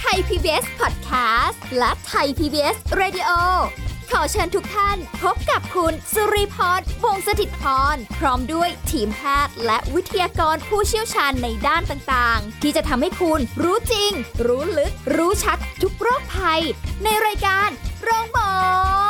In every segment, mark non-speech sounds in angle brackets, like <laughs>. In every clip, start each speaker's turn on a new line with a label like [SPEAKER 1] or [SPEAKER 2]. [SPEAKER 1] ไทย PBS Podcast และไทย PBS Radio ขอเชิญทุกท่านพบกับคุณสุริพรวงศสถิตพร พร้อมด้วยทีมแพทย์และวิทยากรผู้เชี่ยวชาญในด้านต่างๆ ที่จะทำให้คุณรู้จริง รู้ลึก รู้ชัดทุกโรคภัย ในรายการโรงพยาบาล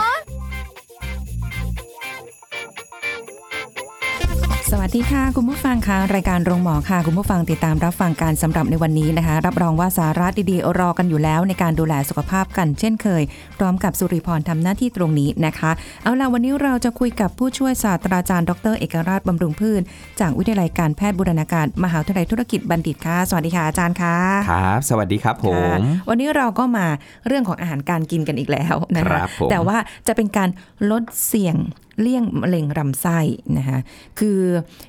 [SPEAKER 2] สวัสดีค่ะ คุณผู้ฟังค่ะรายการโรงหมอค่ะ คุณผู้ฟังติดตามรับฟังการสำหรับในวันนี้นะคะ รับรองว่าสาระดีๆรอกันอยู่แล้ว ในการดูแลสุขภาพกันเช่นเคย พร้อมกับสุริพรทำหน้าที่ตรงนี้นะคะ เอาล่ะวันนี้เราจะคุยกับผู้ช่วยศาสตราจารย์ดรเอกราชบำรุงพืชจากวิทยาลัยการแพทย์บูรณาการมหาวิทยาลัยธุรกิจบัณฑิตค่ะ สวัสดีค่ะอาจารย์ค่ะ
[SPEAKER 3] ครับ สวัสดีครับผม
[SPEAKER 2] ค่ะวันนี้เราก็มาเรื่องของอาหารการกินกันอีกแล้วนะ
[SPEAKER 3] ค
[SPEAKER 2] คะ
[SPEAKER 3] รับผม
[SPEAKER 2] แต่ว่าจะเป็นการลดเสี่ยงเลี่ยงมะเร็งลำไส้นะคะคือ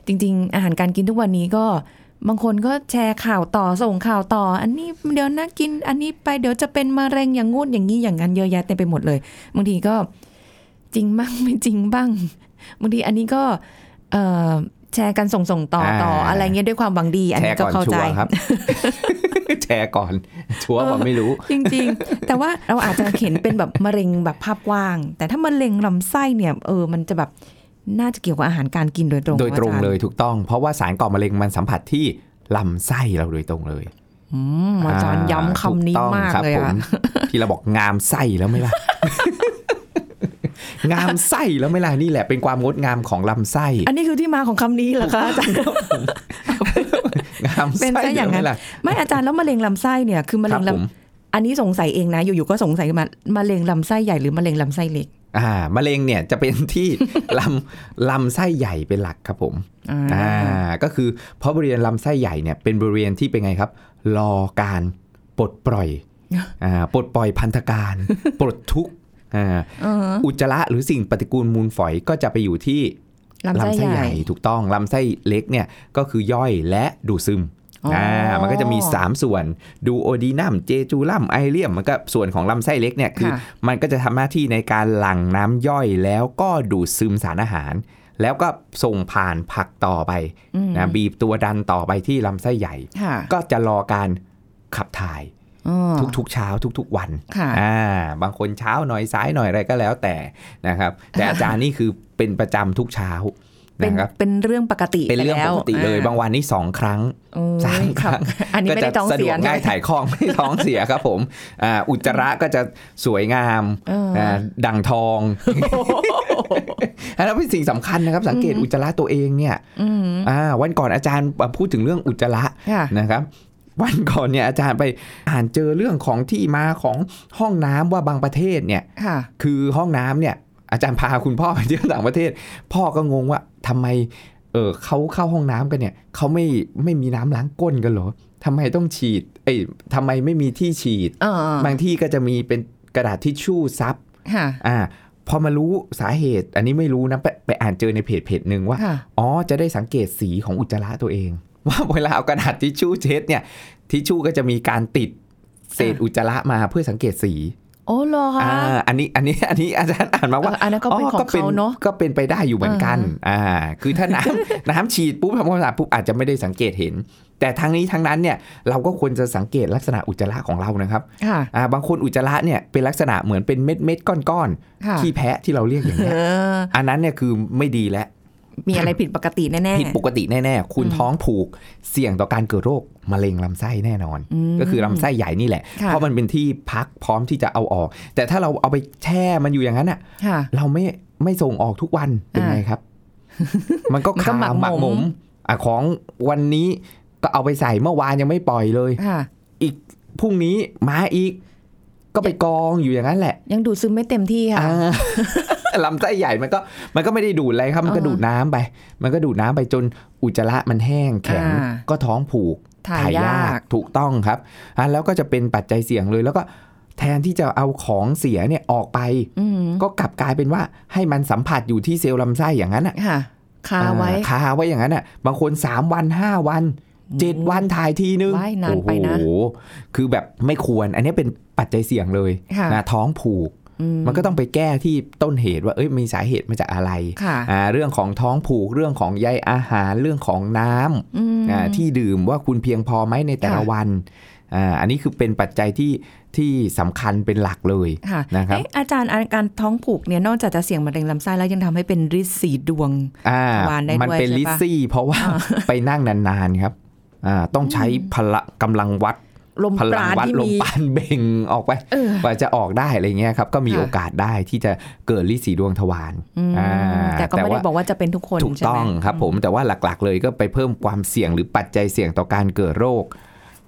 [SPEAKER 2] จริงๆ อาหารการกินทุกวันนี้ก็บางคนก็แชร์ข่าวต่อส่งข่าวต่อ อันนี้เดี๋ยวนะกิน อันนี้ไปเดี๋ยวจะเป็นมะเร็งอย่างงู้นอย่างนี้อย่างนั้นเยอะแยะเต็มไปหมดเลยบางทีก็จริงบ้างไม่จริงบ้างบางทีอันนี้ก็เอ่อแชร์กันส่งส่งๆต่อต่ออะไรเงี้ยด้วยความหวังดี อัน
[SPEAKER 3] แช
[SPEAKER 2] นี้
[SPEAKER 3] ร์
[SPEAKER 2] ก็
[SPEAKER 3] ก่อน
[SPEAKER 2] เข้า
[SPEAKER 3] ชั
[SPEAKER 2] ใจ
[SPEAKER 3] ว
[SPEAKER 2] <laughs>
[SPEAKER 3] ร์ครับ แชร์ก่อน ชัวร์
[SPEAKER 2] เออ
[SPEAKER 3] ว่าไม่รู้
[SPEAKER 2] จริงๆ แต่ว่าเราอาจจะเห็นเป็นแบบมะเร็งแบบภาพกว้าง แต่ถ้ามะเร็งลำไส้เนี่ยเออมันจะแบบน่าจะเกี่ยวกับอาหารการกินโดยตรง
[SPEAKER 3] โดยตรง
[SPEAKER 2] อาจา
[SPEAKER 3] เลยถูกต้อง เพราะว่าสารก่อมะเร็งมันสัมผัสที่ลำไส้เราโดยตรงเลย
[SPEAKER 2] อืมอาจารย์ย้ำคำนี้
[SPEAKER 3] ถูต้อง
[SPEAKER 2] มาก
[SPEAKER 3] ครับ
[SPEAKER 2] เลย
[SPEAKER 3] ผ
[SPEAKER 2] <laughs> อะ
[SPEAKER 3] ที่เราบอกงามไส้แล้วไหม่ล่ะ <laughs> งามไส้แล้วไหม่ล่ะนี่แหละเป็นความงดงามของลำไส้
[SPEAKER 2] อันนี้คือที่มาของคำนี้เหรอคะอาจารย์
[SPEAKER 3] งาม
[SPEAKER 2] เป็น
[SPEAKER 3] ไส้
[SPEAKER 2] ซะอย่างนั้น
[SPEAKER 3] แล้วไหม่ล่ะ
[SPEAKER 2] ไม่อาจารย์แล้วมะเร็งลำไส้เนี่ยคือมะ
[SPEAKER 3] ค
[SPEAKER 2] เร็
[SPEAKER 3] รับ
[SPEAKER 2] ง
[SPEAKER 3] ผม
[SPEAKER 2] ลำอันนี้สงสัยเองนะอยู่ๆก็สงสัยมามะเร็งลำไส้ใหญ่หรือมะเร็งลำไส้เล็ก
[SPEAKER 3] อ่ามะเร็งเนี่ยจะเป็นที่ลำล <laughs> ำไส้ใหญ่เป็นหลักครับผม
[SPEAKER 2] อ่า
[SPEAKER 3] อ่าก็คือเพราะบริเวณลำไส้ใหญ่เนี่ยเป็นบริเวณที่เป็นไงครับ รอการปลดปล่อย
[SPEAKER 2] <laughs>
[SPEAKER 3] อ่าปลดปล่อยพันธการ ปลดทุกข์อ่า
[SPEAKER 2] เออ
[SPEAKER 3] อุจจาระหรือสิ่งปฏิกูลมูลฝอยก็จะไปอยู่ที่
[SPEAKER 2] ลำไส้ใหญ่
[SPEAKER 3] ถูกต้องลำไส้เล็กเนี่ยก็คือย่อยและดูดซึม
[SPEAKER 2] อ๋ออ่
[SPEAKER 3] มันก็จะมี 3 ส่วนดูโอดีนัมเจจูลัมไอเลียมมันก็ส่วนของลำไส้เล็กเนี่ยคือ
[SPEAKER 2] ค่ะ
[SPEAKER 3] มันก็จะทำหน้าที่ในการหลั่งน้ำย่อยแล้วก็ดูดซึมสารอาหาร แล้วก็ส่งผ่านผักต่อไป
[SPEAKER 2] อืม
[SPEAKER 3] นะบีบตัวดันต่อไปที่ลำไส้ใหญ่
[SPEAKER 2] ค่ะ
[SPEAKER 3] ก็จะรอการขับถ่าย
[SPEAKER 2] อ๋อ
[SPEAKER 3] ทุกๆเช้าทุกๆวัน
[SPEAKER 2] ค่ะ
[SPEAKER 3] อ่าบางคนเช้าหน่อยสายหน่อยอะไรก็แล้วแต่นะครับ
[SPEAKER 2] <laughs>
[SPEAKER 3] แต่อาจารย์นี่คือเป็นประจำทุกเช้า
[SPEAKER 2] เป็น
[SPEAKER 3] นะครับ
[SPEAKER 2] เป็นเรื่องปกติ
[SPEAKER 3] เป็นเรื่องปกติเลย
[SPEAKER 2] แว
[SPEAKER 3] บางวันนี่สองครั้ง
[SPEAKER 2] โอ้ย
[SPEAKER 3] สามครั้ง
[SPEAKER 2] อันนี้
[SPEAKER 3] ก็
[SPEAKER 2] ไม่
[SPEAKER 3] จะ
[SPEAKER 2] ได้ต้อง
[SPEAKER 3] สะด
[SPEAKER 2] เสี
[SPEAKER 3] วย กง่ายถ่ายคล่อง <laughs> ไม่ท้องเสียครับผมอ่าอุจจาระก็จะสวยงาม
[SPEAKER 2] เออ
[SPEAKER 3] าดั่งทองอันนั้นเป็นสิ่งสำคัญนะครับ สังเกตอุจจาระตัวเองเนี่ย
[SPEAKER 2] <laughs> อืม
[SPEAKER 3] อ่าวันก่อนอาจารย์พูดถึงเรื่องอุจจาระ
[SPEAKER 2] ค่ะ
[SPEAKER 3] นะครับ วันก่อนเนี่ยอาจารย์ไปอ่านเจอเรื่องของที่มาของห้องน้ำว่าบางประเทศเนี่ย
[SPEAKER 2] ค่ะ
[SPEAKER 3] คือห้องน้ำเนี่ย อาจารย์พาคุณพ่อไปเที่ยวต่างประเทศ พ่อก็งงว่าทำไมเออเขาเข้าห้องน้ำกันเนี่ยเขาไม่ไม่มีน้ำล้างก้นกันเหรอทำไมต้องฉีดเอ้ยทำไมไม่มีที่ฉีด
[SPEAKER 2] เออบ
[SPEAKER 3] างที่ก็จะมีเป็นกระดาษทิชชู่ซับ
[SPEAKER 2] ค่ะ
[SPEAKER 3] อ่าพอมารู้สาเหตุ อันนี้ไม่รู้นะไปไปอ่านเจอในเพจเพจหนึ่งว่า
[SPEAKER 2] ค่ะ
[SPEAKER 3] อ๋อ จะได้สังเกตสีของอุจจาระตัวเอง <laughs> ว่าเวลาเอากระดาษทิชชู่เช็ดเนี่ยทิชชู่ก็จะมีการติดเศษ
[SPEAKER 2] อ่ะ
[SPEAKER 3] อุจจาระมาเพื่อสังเกตสี
[SPEAKER 2] โอ้เหรอคะ
[SPEAKER 3] อ่าอันนี้อันนี้อันนี้อาจารย์อ่านมาว่า
[SPEAKER 2] เอออันนั้นก็เป็นของเขาเนาะ
[SPEAKER 3] ก็เป็นไปได้อยู่เหมือนกันอ่าคือถ้าน้ำ <laughs> น้ำฉีดปุ๊บทำความสะอาดปุ๊บอาจจะไม่ได้สังเกตเห็น แต่ทั้งนี้ทั้งนั้นเนี่ยเราก็ควรจะสังเกตลักษณะอุจจาระของเรานะครับ
[SPEAKER 2] ค่ะ
[SPEAKER 3] อ่าบางคนอุจจาระเนี่ยเป็นลักษณะเหมือนเป็นเม็ดเม็ดก้อนก้อนๆ
[SPEAKER 2] ค่ะ
[SPEAKER 3] ขี้แพะที่เราเรียกอย่าง
[SPEAKER 2] เอ
[SPEAKER 3] เงี้ย
[SPEAKER 2] อ
[SPEAKER 3] อันนั้นเนี่ยคือไม่ดีแล้ว
[SPEAKER 2] มีอะไรผิดปกติแน่ๆ
[SPEAKER 3] ผิดปกติแน่ๆคุณท้องผูกเสี่ยงต่อการเกิดโรคมะเร็งลำไส้แน่นอน
[SPEAKER 2] ม
[SPEAKER 3] ก็คือลำไส้ใหญ่นี่แหละ
[SPEAKER 2] ค่ะ
[SPEAKER 3] เพราะมันเป็นที่พักพร้อมที่จะเอาออก แต่ถ้าเราเอาไปแช่มันอยู่อย่างนั้นอ่ะ
[SPEAKER 2] ค่ะ
[SPEAKER 3] เราไม่ไม่ส่งออกทุกวันเป็น
[SPEAKER 2] อ่า
[SPEAKER 3] ไงครับ มันก็
[SPEAKER 2] มันก็
[SPEAKER 3] คา
[SPEAKER 2] หมักหมม
[SPEAKER 3] หมักหมมอ่ะของวันนี้ก็เอาไปใส่เมื่อวานยังไม่ปล่อยเลย
[SPEAKER 2] ค่ะ
[SPEAKER 3] อีกพรุ่งนี้มาอีก ก็ไปกองอยู่อย่างนั้นแหละ
[SPEAKER 2] ยังดูดซึมไม่เต็มที่ค่ะ
[SPEAKER 3] อ่า <laughs> ลำไส้ใหญ่มันก็ มันก็ไม่ได้ดูดอะไรครับ มันก็
[SPEAKER 2] อ่า
[SPEAKER 3] ดูดน้ำไป มันก็ดูดน้ำไปจนอุจจาระมันแห้งแข็ง
[SPEAKER 2] อ่า
[SPEAKER 3] ก็ท้องผูก
[SPEAKER 2] ถ่ายยาก
[SPEAKER 3] ถูกต้องครับอ่ะแล้วก็จะเป็นปัจจัยเสี่ยงเลย แล้วก็แทนที่จะเอาของเสียเนี่ยออกไป
[SPEAKER 2] อืม
[SPEAKER 3] ก็กลับกลายเป็นว่าให้มันสัมผัสอยู่ที่เซลล์ลำไส้อย่างนั้นอ่ะ
[SPEAKER 2] ค่ะ คาไว้
[SPEAKER 3] อ่คาไว้อย่างนั้นอ่ะ บางคน 3 วัน 5 วัน 7 วันถ่ายทีนึง
[SPEAKER 2] ไว้นานไปนะ
[SPEAKER 3] โอ้โหคือแบบไม่ควร อันนี้เป็นปัจจัยเสี่ยงเลย
[SPEAKER 2] ค่ะ
[SPEAKER 3] นะท้องผูก
[SPEAKER 2] อื
[SPEAKER 3] มันก็ต้องไปแก้ที่ต้นเหตุว่าเอ้ยมีสาเหตุมาจากอะไร
[SPEAKER 2] ค่ะ
[SPEAKER 3] อ่าเรื่องของท้องผูกเรื่องของใยอาหารเรื่องของน้ำ
[SPEAKER 2] อืม
[SPEAKER 3] อ่าที่ดื่มว่าคุณเพียงพอไหมในแต่ละ
[SPEAKER 2] ค่ะ
[SPEAKER 3] วันอ่าอันนี้คือเป็นปัจจัยที่ที่สำคัญเป็นหลักเลย
[SPEAKER 2] ค่ะ
[SPEAKER 3] นะครับ
[SPEAKER 2] เอ๊ะอาจารย์อาการท้องผูกเนี่ยนอกจากจะเสี่ยงมะเร็งลำไส้แล้วยังทำให้เป็นริดสีดวง
[SPEAKER 3] อ่า
[SPEAKER 2] หวานได้ด้วย
[SPEAKER 3] มันเป็น
[SPEAKER 2] ใช่ปะ
[SPEAKER 3] ลิซซี่ เพราะว่า
[SPEAKER 2] อ่า
[SPEAKER 3] <laughs> ไปนั่งนานๆครับอ่าต้องใช้พละกำลังวัด
[SPEAKER 2] ลม
[SPEAKER 3] พ
[SPEAKER 2] ป
[SPEAKER 3] ลัง
[SPEAKER 2] ราณ
[SPEAKER 3] วัด
[SPEAKER 2] ที่
[SPEAKER 3] ลม
[SPEAKER 2] มี
[SPEAKER 3] ปานเบ่งออกไป
[SPEAKER 2] เออ
[SPEAKER 3] กว่าจะออกได้อะไรเงี้ยครับ ก็มี
[SPEAKER 2] ค่ะ
[SPEAKER 3] โอกาสได้ที่จะเกิดลิซีดวงทวาร
[SPEAKER 2] อืม
[SPEAKER 3] อ่า
[SPEAKER 2] แต่ก็ไม่ได้
[SPEAKER 3] ว่า
[SPEAKER 2] บอกว่าจะเป็นทุกคน
[SPEAKER 3] ถูก
[SPEAKER 2] ใช่ไหม
[SPEAKER 3] ต้องครับผมแต่ว่าหลักๆ เลยก็ไปเพิ่มความเสี่ยงหรือปัจจัยเสี่ยงต่อการเกิดโรค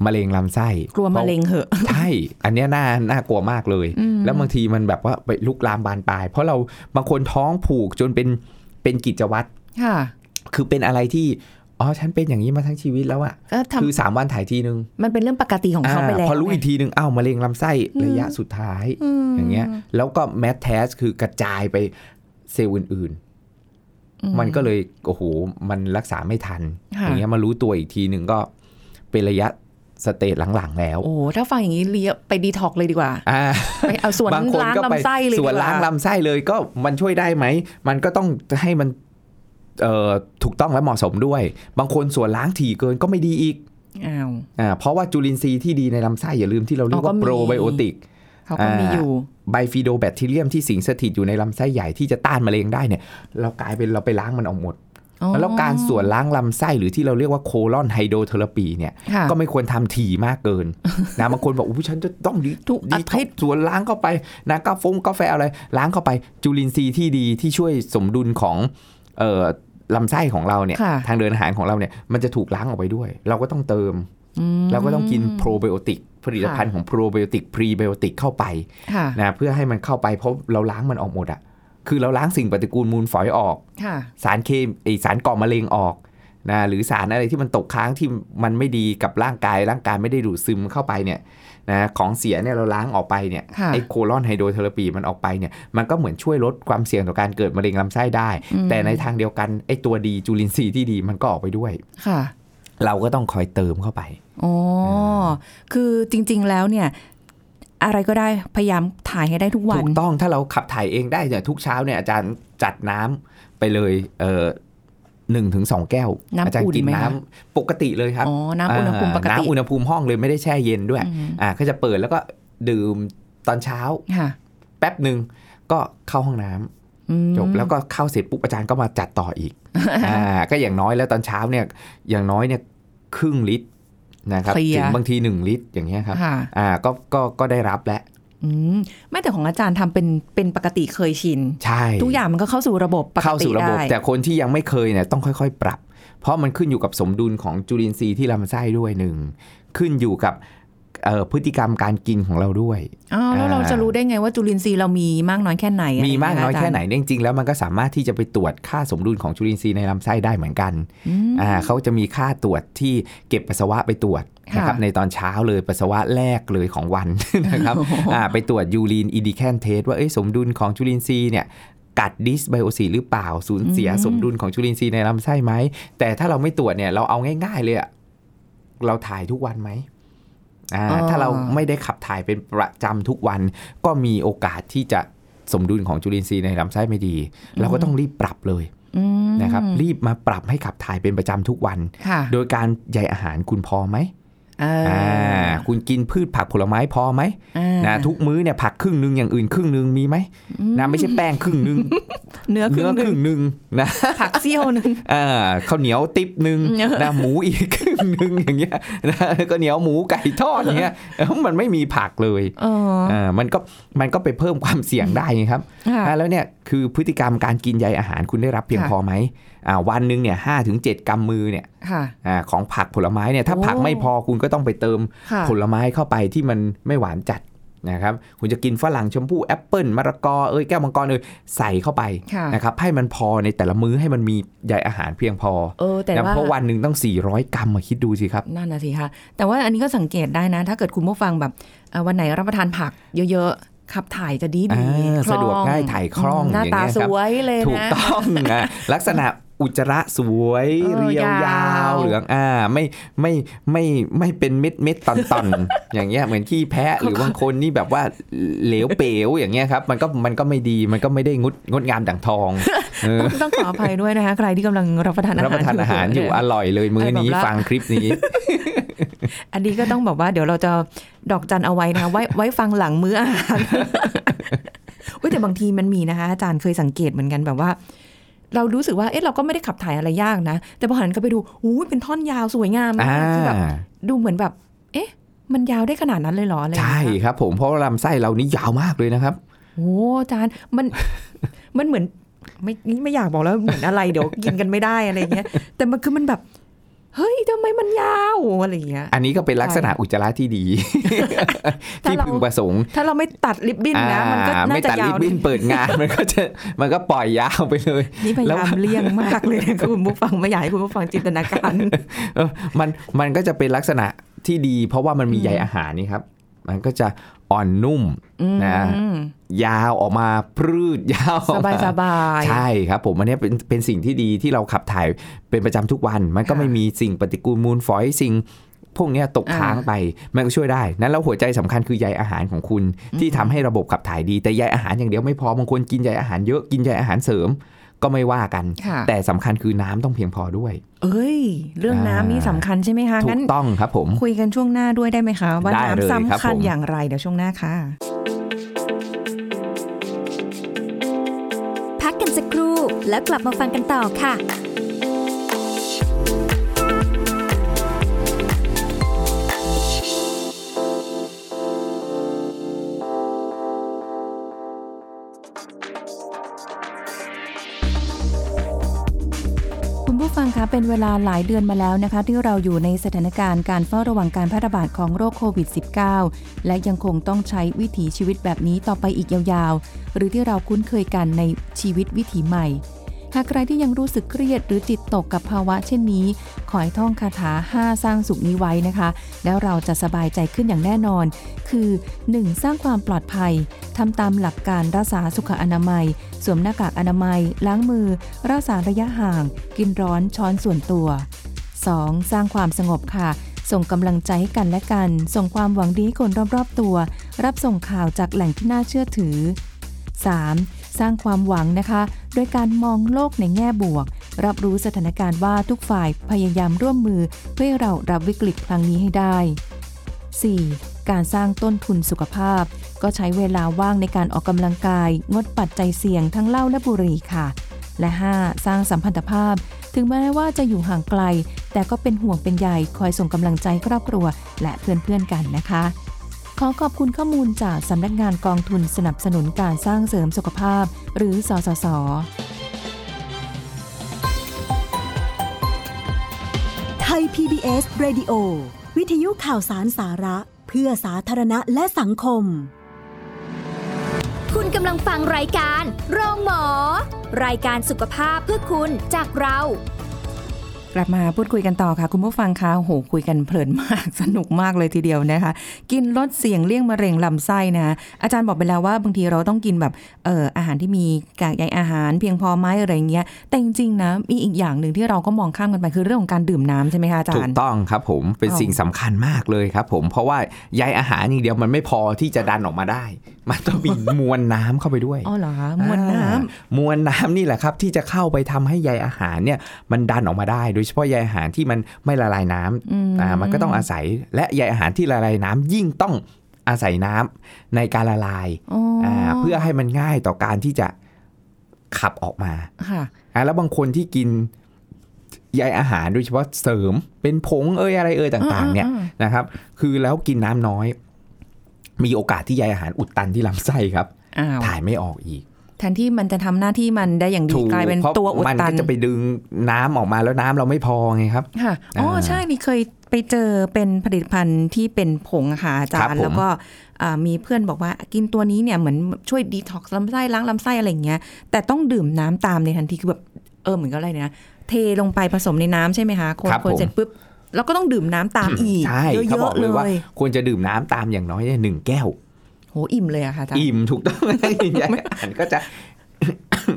[SPEAKER 3] มะเร็งลำไส้
[SPEAKER 2] กลัวมะเร็งเหอะ
[SPEAKER 3] ใช่ อันเนี้ยน่าน่ากลัวมากเลย
[SPEAKER 2] อืม
[SPEAKER 3] แล้วบางทีมันแบบว่าไปลุกลามบานปลาย เพราะเราบางคนท้องผูกจนเป็นเป็นกิจวัตร
[SPEAKER 2] ค่ะ
[SPEAKER 3] คือเป็นอะไรที่อ๋อฉันเป็นอย่างนี้มาทั้งชีวิตแล้วอะ
[SPEAKER 2] ก็ท
[SPEAKER 3] คือ 3 วันถ่ายทีนึง
[SPEAKER 2] ำมันเป็นเรื่องปกติของเขาไปแล้ว
[SPEAKER 3] อ่าพอรู้อีก
[SPEAKER 2] ไง
[SPEAKER 3] ทีนึงอ้าวมะเร็งลำไส้
[SPEAKER 2] อืม
[SPEAKER 3] ระยะสุดท้าย
[SPEAKER 2] ม
[SPEAKER 3] อย่างเงี้ยแล้วก็แมทแทสคือกระจายไปเซลล์อื่น ๆ
[SPEAKER 2] อื
[SPEAKER 3] มันก็เลยโอ้โหมันรักษาไม่ทัน อ
[SPEAKER 2] ค่ะ
[SPEAKER 3] ย่างเงี้ยมารู้ตัวอีกทีหนึ่งก็เป็นระยะสเตจหลังๆแล้ว
[SPEAKER 2] โอ้ถ้าฟังอย่างนี้เลียไปดีท็อกเลยดีกว่า
[SPEAKER 3] อ่า
[SPEAKER 2] ไปเอาส่วน
[SPEAKER 3] บางคน
[SPEAKER 2] ล้าง
[SPEAKER 3] ก็ไป
[SPEAKER 2] ลำไส้เลย
[SPEAKER 3] ส่วน
[SPEAKER 2] ดีก
[SPEAKER 3] ล้างลำไส้เลยก็มันช่วยได้ไหม มันก็ต้องให้มันเอ่อถูกต้องและเหมาะสมด้วย บางคนส่วนล้างถี่เกินก็ไม่ดีอีก
[SPEAKER 2] อ้าว
[SPEAKER 3] อ่าเพราะว่าจุลินทรีย์ที่ดีในลำไส้อย่าลืมที่เราเรียกว่า
[SPEAKER 2] อ๋อก็มี
[SPEAKER 3] โปรไบโอติก
[SPEAKER 2] เขาก็มีอยู่
[SPEAKER 3] ไบฟีโดแบคทีเรียมที่สิงสถิตอยู่ในลำไส้ใหญ่ที่จะต้านมะเร็งได้เนี่ย เรากลายเป็นเราไปล้างมันออกหมด แล้วการส่วนล้างลำไส้หรือที่เราเรียกว่าโคลอนไฮโดเทอราปีเนี่ย
[SPEAKER 2] ค่ะ
[SPEAKER 3] ก็ไม่ควรทำถี่มากเกิน นะ <laughs> บางคนบอกอู้ฉันจะต้องดี
[SPEAKER 2] ทุกอาทิตย์
[SPEAKER 3] ส่วนล้างเข้าไปนะกาฟงกาแฟอะไร ล้างเข้าไปจุลินทรีย์ที่ดีที่ช่วยสมดุลของเอ่อลำไส้ของเราเนี่ย
[SPEAKER 2] ค่ะ
[SPEAKER 3] ทางเดินอาหารของเราเนี่ย มันจะถูกล้างออกไปด้วย เราก็ต้องเติม
[SPEAKER 2] อืม
[SPEAKER 3] เราก็ต้องกินโปรไบโอติกผลิตภัณฑ์ของโปรไบโอติกพรีไบโอติกเข้าไป
[SPEAKER 2] ค่ะ
[SPEAKER 3] นะเพื่อให้มันเข้าไปเพราะเราล้างมันออกหมดอะคือเราล้างสิ่งปฏิกูลมูลฝอยออก
[SPEAKER 2] ค่ะ
[SPEAKER 3] สารเคมไอสารก่อมะเร็งออกนะหรือสารอะไรที่มันตกค้างที่มันไม่ดีกับร่างกาย ร่างกายไม่ได้ดูดซึมเข้าไปเนี่ยนะของเสียเนี่ยเราล้างออกไปเนี่ย
[SPEAKER 2] ค่ะ
[SPEAKER 3] ไอโคลอนไฮโดรเทอราปีมันออกไปเนี่ยมันก็เหมือนช่วยลดความเสี่ยงต่อการเกิดมะเร็งลำไส้ได้
[SPEAKER 2] อืม
[SPEAKER 3] แต่ในทางเดียวกันไอตัวดีจุลินทรีย์ที่ดีมันก็ออกไปด้วย
[SPEAKER 2] ค่ะ
[SPEAKER 3] เราก็ต้องคอยเติมเข้าไป
[SPEAKER 2] อ๋อ
[SPEAKER 3] า
[SPEAKER 2] คือจริง ๆ แล้วเนี่ย อะไรก็ได้พยายามถ่ายให้ได้ทุกวั
[SPEAKER 3] ถู
[SPEAKER 2] น
[SPEAKER 3] กต้องถ้าเราขับถ่ายเองได้เนี่ยทุกเช้าเนี่ยอาจารย์จัดน้ำไปเลยเออหนึ่งถึงสองแก้ว
[SPEAKER 2] น้ำ
[SPEAKER 3] อาจารย์กิน
[SPEAKER 2] อุ่นไหม
[SPEAKER 3] น้ำ
[SPEAKER 2] คะ
[SPEAKER 3] ปกติเลยครับ
[SPEAKER 2] อ๋อ น้ำอุณหภูมิปกติ
[SPEAKER 3] น้ำอุณหภูมิห้องเลยไม่ได้แช่เย็นด้วย
[SPEAKER 2] อืม
[SPEAKER 3] อ่าก็จะเปิดแล้วก็ดื่มตอนเช้า
[SPEAKER 2] ค่ะ
[SPEAKER 3] แป๊บหนึ่งก็เข้าห้องน้ำ
[SPEAKER 2] อืม
[SPEAKER 3] จบแล้วก็เข้าเสร็จปุ๊บอาจารย์ก็มาจัดต่ออี
[SPEAKER 2] <laughs>
[SPEAKER 3] กอ่าก็อย่างน้อยแล้วตอนเช้าเนี่ยอย่างน้อยเนี่ยครึ่งลิตรนะครับถึงบางทีหนึ่งลิตรอย่างเงี้ยครับ
[SPEAKER 2] ค่ะ
[SPEAKER 3] อ่าก็ก็ก็ได้รับแล้ว
[SPEAKER 2] อืมไม่แต่ของอาจารย์ทำเป็นเป็นปกติเคยชิน
[SPEAKER 3] ใช่
[SPEAKER 2] ทุกอย่างมันก็เข้าสู่ระบบปกติ
[SPEAKER 3] เข้าสู่ระบบ
[SPEAKER 2] ได้
[SPEAKER 3] แต่คนที่ยังไม่เคยเนี่ยต้องค่อย ๆ ปรับ เพราะมันขึ้นอยู่กับสมดุลของจุลินทรีย์ที่ลำไส้ด้วยหนึ่งขึ้นอยู่กับเอ่อพฤติกรรมการกินของเราด้วย
[SPEAKER 2] อ้าวแล้วเรา
[SPEAKER 3] อ่า
[SPEAKER 2] จะรู้ได้ไงว่าจุลินทรีย์เรามีมากน้อยแค่ไหน
[SPEAKER 3] มีมากน้อยแค่ไหน
[SPEAKER 2] อ
[SPEAKER 3] เนี่ยจริงๆแล้วมันก็สามารถที่จะไปตรวจค่าสมดุลของจุลินทรีย์ในลำไส้ได้เหมือนกันะ อ่า
[SPEAKER 2] ไร
[SPEAKER 3] เขาจะมีค่าตรวจที่เก็บปัสสาวะไปตรวจนะครับ
[SPEAKER 2] ค่ะ
[SPEAKER 3] ในตอนเช้าเลยปัสสาวะแรกเลยของวัน <laughs> นะครับอ่าไปตรวจยูรีนอีดิแคนเทสว่าเอ้ยสมดุลของจุลินทรีย์เนี่ยกัดดิสไบโอซีหรือเปล่าสูญเสีย
[SPEAKER 2] อืม
[SPEAKER 3] สมดุลของจุลินทรีย์ในลำไส้ไหม แต่ถ้าเราไม่ตรวจเนี่ยเราเอาง่าย ๆ เลยอะเราถ่ายทุกวันไหมอ่าถ้าเราไม่ได้ขับถ่ายเป็นประจำทุกวัน ก็มีโอกาสที่จะสมดุลของจุลินทรีย์ในลำไส้ไม่ดี เราก็ต้องรีบปรับเลย
[SPEAKER 2] อืม
[SPEAKER 3] นะครับรีบมาปรับให้ขับถ่ายเป็นประจำทุกวัน
[SPEAKER 2] ค่ะ
[SPEAKER 3] โดยการใยอาหารคุณพอไหม
[SPEAKER 2] เออ
[SPEAKER 3] อ่าคุณกินพืชผักผลไม้พอไหม
[SPEAKER 2] อ่า
[SPEAKER 3] นะทุกมื้อเนี่ยผักครึ่งหนึ่งอย่างอื่นครึ่งหนึ่งมีไหมนะไม่ใช่แป้งครึ่งหนึ่ง
[SPEAKER 2] เนื้อครึ่
[SPEAKER 3] เนื้อง
[SPEAKER 2] ห
[SPEAKER 3] ค
[SPEAKER 2] นึ่ง
[SPEAKER 3] รึ่งหนึ่งนะ
[SPEAKER 2] ผักเสี้ยวหนึ่ง
[SPEAKER 3] เอ่อข้าวเหนียวติ๊บหนึ่ง
[SPEAKER 2] เออ
[SPEAKER 3] นะหมูอีกครึ่งหนึ่งอย่างเงี้ยนะแล้วก็เหนียวหมูไก่ทอดเงี้ยเอ้ามันไม่มีผักเลย
[SPEAKER 2] เออ
[SPEAKER 3] เอ่ามันก็มันก็ไปเพิ่มความเสี่ยงได้ไงครับ
[SPEAKER 2] ค่ะ
[SPEAKER 3] อ่าแล้วเนี่ยคือพฤติกรรมการกินใยอาหารคุณได้รับเพียง
[SPEAKER 2] ค่ะ
[SPEAKER 3] พอไหมอ่าวันหนึ่งเนี่ยห้าถึงเจ็ดกำมือเนี่ย
[SPEAKER 2] ค่ะ
[SPEAKER 3] อ่าของผักผลไม้เนี่ยถ้า
[SPEAKER 2] โอ้
[SPEAKER 3] ผักไม่พอคุณก็ต้องไปเติม
[SPEAKER 2] ค่ะ
[SPEAKER 3] ผลไม้เข้าไปที่มันไม่หวานจัดนะครับคุณจะกินฝรั่งชมพู่แอปเปิลมะละกอเอ้ยแก้วมังกรเอ้ยใส่เข้าไป
[SPEAKER 2] ค่ะ
[SPEAKER 3] นะครับให้มันพอในแต่ละมื้อให้มันมีใยอาหารเพียงพอ
[SPEAKER 2] เออแต่
[SPEAKER 3] นะ
[SPEAKER 2] ว่า
[SPEAKER 3] เพราะวันหนึ่งต้อง 400 กรัมมาคิดดูสิครับ
[SPEAKER 2] นั่นนะสิคะแต่ว่าอันนี้ก็สังเกตได้นะ ถ้าเกิดคุณผู้ฟังแบบเอ่อวันไหนรับประทานผักเยอะๆขับถ่ายจะดีดี
[SPEAKER 3] อ่า
[SPEAKER 2] คล่อง
[SPEAKER 3] สะดวกง่ายถ่ายคล่อง
[SPEAKER 2] มหน้า
[SPEAKER 3] อย่าง
[SPEAKER 2] ตา
[SPEAKER 3] เงี้ย
[SPEAKER 2] ส
[SPEAKER 3] ครับ
[SPEAKER 2] วยเลยนะ <laughs>
[SPEAKER 3] ถูกต้องนะลักษณะ อุจจาระสวย
[SPEAKER 2] เออ
[SPEAKER 3] เรียวย
[SPEAKER 2] าย
[SPEAKER 3] าว วเหลืองอ่าไม่ไม่ไม่ไม่เป็นเม็ดเม็ดตอนตอนๆ <laughs> อย่างเงี้ยเหมือนขี้แพะหรือบางคนนี่แบบว่าเหลวเป๋วอย่างเงี้ยครับมันก็มันก็ไม่ดีมันก็ไม่ได้งดงดงามดั่งท
[SPEAKER 2] <laughs>
[SPEAKER 3] องเออ
[SPEAKER 2] ต้องต้องขออภัยด้วยนะคะ ใครที่กำลังรับประทานอาหาร
[SPEAKER 3] รับประทานอาหาร
[SPEAKER 2] <laughs>
[SPEAKER 3] อยู่อร่อยเลยมื้อนี้
[SPEAKER 2] แบบละ
[SPEAKER 3] ฟังคลิป
[SPEAKER 2] <laughs>
[SPEAKER 3] นี้
[SPEAKER 2] อันนี้ก็ต้องบอกว่าเดี๋ยวเราจะดอกจันเอาไว้นะคะไว้ไว้ฟังหลังมื้ออาหาร เว้ยแต่บางทีมันมีนะคะ อาจารย์เคยสังเกตเหมือนกันแบบว่า เรารู้สึกว่าเอ๊ะเราก็ไม่ได้ขับถ่ายอะไรยากนะ แต่พอหันกลับไปดูอู้ยเป็นท่อนยาวสวยงาม
[SPEAKER 3] อ่า
[SPEAKER 2] มากที่แบบดูเหมือนแบบ เอ๊ะ มันยาวได้ขนาดนั้นเลยเหรออะไรอย่าง
[SPEAKER 3] ใช่
[SPEAKER 2] เงี้ยค่ะ
[SPEAKER 3] ครับผมเพราะว่าลำไส้เรานี่ยาวมากเลยนะครับ
[SPEAKER 2] โอ้อาจารย์มัน <laughs> มันเหมือน ไม่ไม่อยากบอกแล้วเหมือนอะไรเดี๋ยวกินกันไม่ได้อะไรอย่างเงี้ย แต่มันคือมันแบบ เฮ้ยทำไมมันยาวอะไรอย่างเงี้ย
[SPEAKER 3] อันนี้ก็เป็นลักษณะอุจจาระที่ดี
[SPEAKER 2] <laughs> ถ้า
[SPEAKER 3] ที่
[SPEAKER 2] เรา
[SPEAKER 3] พึงประสงค์
[SPEAKER 2] ถ้าเราไม่ตัดริบบิ้นนะมันก็
[SPEAKER 3] อ่า
[SPEAKER 2] น่า
[SPEAKER 3] ไม่
[SPEAKER 2] จะ
[SPEAKER 3] ตัด
[SPEAKER 2] ยา
[SPEAKER 3] ลิ
[SPEAKER 2] ว
[SPEAKER 3] บ
[SPEAKER 2] นะ
[SPEAKER 3] บิ้นเปิดงาน <laughs> มันก็จะมันก็ปล่อยยาวไปเลย <laughs>
[SPEAKER 2] นี่พยา
[SPEAKER 3] แล้ว
[SPEAKER 2] ยามเลี่ยงมากเลยนะคุณผู้ฟังไม่อยากให้คุณผู้ฟังจินตนาการ
[SPEAKER 3] เออมันมันก็จะเป็นลักษณะที่ดี เพราะว่ามันมีใยอาหารนี่ครับ มันก็จะอ่อนนุ่ม นะ
[SPEAKER 2] อืม
[SPEAKER 3] ยาวออกมาพรืดยาวอ
[SPEAKER 2] ส
[SPEAKER 3] อกม
[SPEAKER 2] บายสบายๆ
[SPEAKER 3] ใช่ครับผมอันเนี้ยเป็นเป็นสิ่งที่ดีที่เราขับถ่ายเป็นประจำทุกวัน มันก็
[SPEAKER 2] ค่ะ
[SPEAKER 3] ไม่มีสิ่งปฏิกูลมูลฝอยสิ่ง พวกเนี้ยตก
[SPEAKER 2] อ่า
[SPEAKER 3] ค้างไป มันก็ช่วยได้ นั้นแล้วหัวใจสำคัญคือใยอาหารของคุณ ที่ทำให้ระบบขับถ่ายดี แต่ใยอาหารอย่างเดียวไม่พอบางคนกินใยอาหารเยอะกินใยอาหารเสริม ก็ไม่ว่ากัน
[SPEAKER 2] ค่ะ
[SPEAKER 3] แต่สำคัญคือน้ำต้องเพียงพอด้วย
[SPEAKER 2] เอ้ย เรื่องน้ำนี่สำคัญใช่ไหมคะ
[SPEAKER 3] ถู
[SPEAKER 2] งั้
[SPEAKER 3] ก
[SPEAKER 2] น
[SPEAKER 3] ต้องครับผม
[SPEAKER 2] คุยกันช่วงหน้าด้วยได้ไหมคะ ว่า
[SPEAKER 3] ได้เลย
[SPEAKER 2] น้ำ
[SPEAKER 3] ครับ
[SPEAKER 2] สำคัญ
[SPEAKER 3] ผม
[SPEAKER 2] อย่างไรเดี๋ยวช่วงหน้าค่ะ
[SPEAKER 1] พักกันสักครู่แล้วกลับมาฟังกันต่อค่ะ
[SPEAKER 2] คุณผู้ฟังคะเป็นเวลาหลายเดือนมาแล้วนะคะ ที่เราอยู่ในสถานการณ์การเฝ้าระวังการแพร่ระบาดของโรคโควิด -19 และยังคงต้องใช้วิถีชีวิตแบบนี้ต่อไปอีกยาวๆ หรือที่เราคุ้นเคยกันในชีวิตวิถีใหม่ หากใครที่ยังรู้สึกเครียดหรือจิตตกกับภาวะเช่นนี้ ขอให้ท่องคาถา 5 สร้างสุขนี้ไว้นะคะ แล้วเราจะสบายใจขึ้นอย่างแน่นอน คือ 1. สร้างความปลอดภัยทำตามหลักการรักษาสุขอนามัย สวมหน้ากากอนามัย ล้างมือ รักษาระยะห่าง กินร้อนช้อนส่วนตัว 2. สร้างความสงบค่ะ ส่งกำลังใจให้กันและกัน ส่งความหวังดีให้คนรอบๆตัว รับส่งข่าวจากแหล่งที่น่าเชื่อถือ 3. สร้างความหวังนะคะ โดยการมองโลกในแง่บวก รับรู้สถานการณ์ว่าทุกฝ่ายพยายามร่วมมือ เพื่อให้เรารับวิกฤตครั้งนี้ให้ได้ 4. การสร้างต้นทุนสุขภาพ ก็ใช้เวลาว่างในการออกกำลังกาย งดปัจจัยเสี่ยงทั้งเหล้าและบุหรี่ค่ะ และ 5. สร้างสัมพันธภาพ ถึงแม้ว่าจะอยู่ห่างไกล แต่ก็เป็นห่วงเป็นใยคอยส่งกำลังใจครอบครัว และเพื่อนๆกันนะคะ ขอขอบคุณข้อมูลจากสำนักงานกองทุนสนับสนุนการสร้างเสริมสุขภาพ หรือสสส
[SPEAKER 4] ไทย PBS Radio วิทยุข่าวสารสาระ เพื่อสาธารณะและสังคม
[SPEAKER 1] คุณกำลังฟังรายการ โรงหมอ รายการสุขภาพเพื่อคุณจากเรา
[SPEAKER 2] กลับมาพูดคุยกันต่อค่ะ คุณผู้ฟังคะโอ้โหคุยกันเพลินมาก <laughs> สนุกมากเลยทีเดียวนะคะ กินลดเสี่ยงเลี่ยงมะเร็งลำไส้นะอาจารย์บอกไปแล้วว่าบางทีเราต้องกินแบบเอ่ออาหารที่มีกากใยอาหารเพียงพอไหมอะไรอย่างเงี้ยแต่จริงๆนะมีอีกอย่างหนึ่งที่เราก็มองข้ามกันไปคือเรื่องของการดื่มน้ำใช่ไหมคะอาจา
[SPEAKER 3] ถู
[SPEAKER 2] ร
[SPEAKER 3] ก
[SPEAKER 2] ย์
[SPEAKER 3] ต้องครับผมเป็น
[SPEAKER 2] เอา
[SPEAKER 3] สิ่งสำคัญมากเลยครับผมเพราะว่าใยอาหารอย่างเดียวมันไม่พอที่จะดันออกมาได้ มันต้องมีมวลน้ำเข้าไปด้วย
[SPEAKER 2] อ๋อเหรอคะมวลน้ำ
[SPEAKER 3] อ่ามวลน้ำนี่แหละครับ ที่จะเข้าไปทำให้ใยอาหารเนี่ยมันดันออกมาได้ โดยเฉพาะใยอาหารที่มันไม่ละลายน้
[SPEAKER 2] อืม
[SPEAKER 3] ำอ่ามันก็ต้องอาศัยและใยอาหารที่ละลายน้ำยิ่งต้องอาศัยน้ำในการละลาย
[SPEAKER 2] อ๋ออ่
[SPEAKER 3] าเพื่อให้มันง่ายต่อการที่จะขับออกมา
[SPEAKER 2] ค่ะ
[SPEAKER 3] อ่าแล้วบางคนที่กินใยอาหารโดยเฉพาะเสริม เป็นผงเอ้ยอะไรเอ้ยต่างๆ เนี่ย
[SPEAKER 2] อ่อ่
[SPEAKER 3] นะครับ คือแล้วกินน้ำน้อย มีโอกาสที่ใยอาหารอุดตันที่ลำไส้ครับ
[SPEAKER 2] อ้าว
[SPEAKER 3] ถ่ายไม่ออกอีก
[SPEAKER 2] แทนที่มันจะทำหน้าที่มันได้อย่างดี
[SPEAKER 3] ถู
[SPEAKER 2] กลายเป็น
[SPEAKER 3] พระ
[SPEAKER 2] ตัวอุดตั
[SPEAKER 3] มั
[SPEAKER 2] น
[SPEAKER 3] นก็จะไปดึงน้ำออกมาแล้วน้ำเราไม่พอไงครับ
[SPEAKER 2] ค่ะอ๋ออา ใช่นี่เคยไปเจอเป็นผลิตภัณฑ์ที่เป็นผงอะค่ะอาจา
[SPEAKER 3] ค
[SPEAKER 2] ร
[SPEAKER 3] รับ
[SPEAKER 2] ย์
[SPEAKER 3] ผม
[SPEAKER 2] แล้วก็อ่ามีเพื่อนบอกว่ากินตัวนี้เนี่ยเหมือนช่วยดีท็อกซ์ลำไส้ล้างลำไส้อะไรอย่างเงี้ยแต่ต้องดื่มน้ำตามในทันทีคือแบบเออเหมือนกับอะไรนะเทลงไปผสมในน้ำใช่ไหมคะคนคนเสร็จปุ๊บแล้วก็ต้องดื่มน้ำตามอีก
[SPEAKER 3] ใช่เขา
[SPEAKER 2] เย
[SPEAKER 3] บอ
[SPEAKER 2] อะ
[SPEAKER 3] ก
[SPEAKER 2] ๆ
[SPEAKER 3] เล
[SPEAKER 2] เลย
[SPEAKER 3] ว่า
[SPEAKER 2] ย
[SPEAKER 3] ควรจะดื่มน้ำตามอย่างน้อยเนี่ยหนึ่งแก้ว
[SPEAKER 2] โหอิ่มเลยอะค่ะอาจารย์
[SPEAKER 3] <coughs> อิ่มถูกต้อง ยายอ่านก็จะ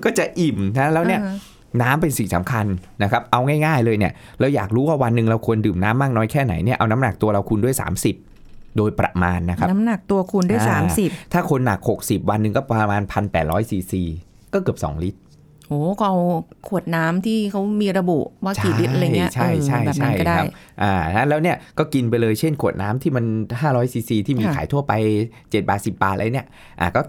[SPEAKER 3] ก็จะอิ่มนะแล้วเนี่ย
[SPEAKER 2] อ่า
[SPEAKER 3] น้ำเป็นสิ่งสำคัญนะครับ เอาง่ายๆเลยเนี่ย เราอยากรู้ว่าวันหนึ่งเราควรดื่มน้ำมากน้อยแค่ไหนเนี่ย เอาน้ำหนักตัวเราคูณด้วย 30 โดยประมาณนะครับ
[SPEAKER 2] น้ำหนักตัวคูณด้วย
[SPEAKER 3] อ่า
[SPEAKER 2] 30
[SPEAKER 3] ถ้าคนหนัก 60 วันหนึ่งก็ประมาณ 1,800ซีซีก็เกือบ 2 ลิตร
[SPEAKER 2] โอ้ก็เอาขวดน้ำที่เขามีระบุว่ากี่ลิตรอะไรเงี้ย
[SPEAKER 3] ใช่ใช่
[SPEAKER 2] เออแบบ
[SPEAKER 3] ใช่
[SPEAKER 2] นั้นก็
[SPEAKER 3] ใช่
[SPEAKER 2] ได้
[SPEAKER 3] ครับอ่าแล้วเนี่ยก็กินไปเลยเช่นขวดน้ำที่มัน 500ซีซีที่มี
[SPEAKER 2] ค่ะ
[SPEAKER 3] ขายทั่วไป 7 บาท 10 บาทอะไรเนี่ยอ่าก็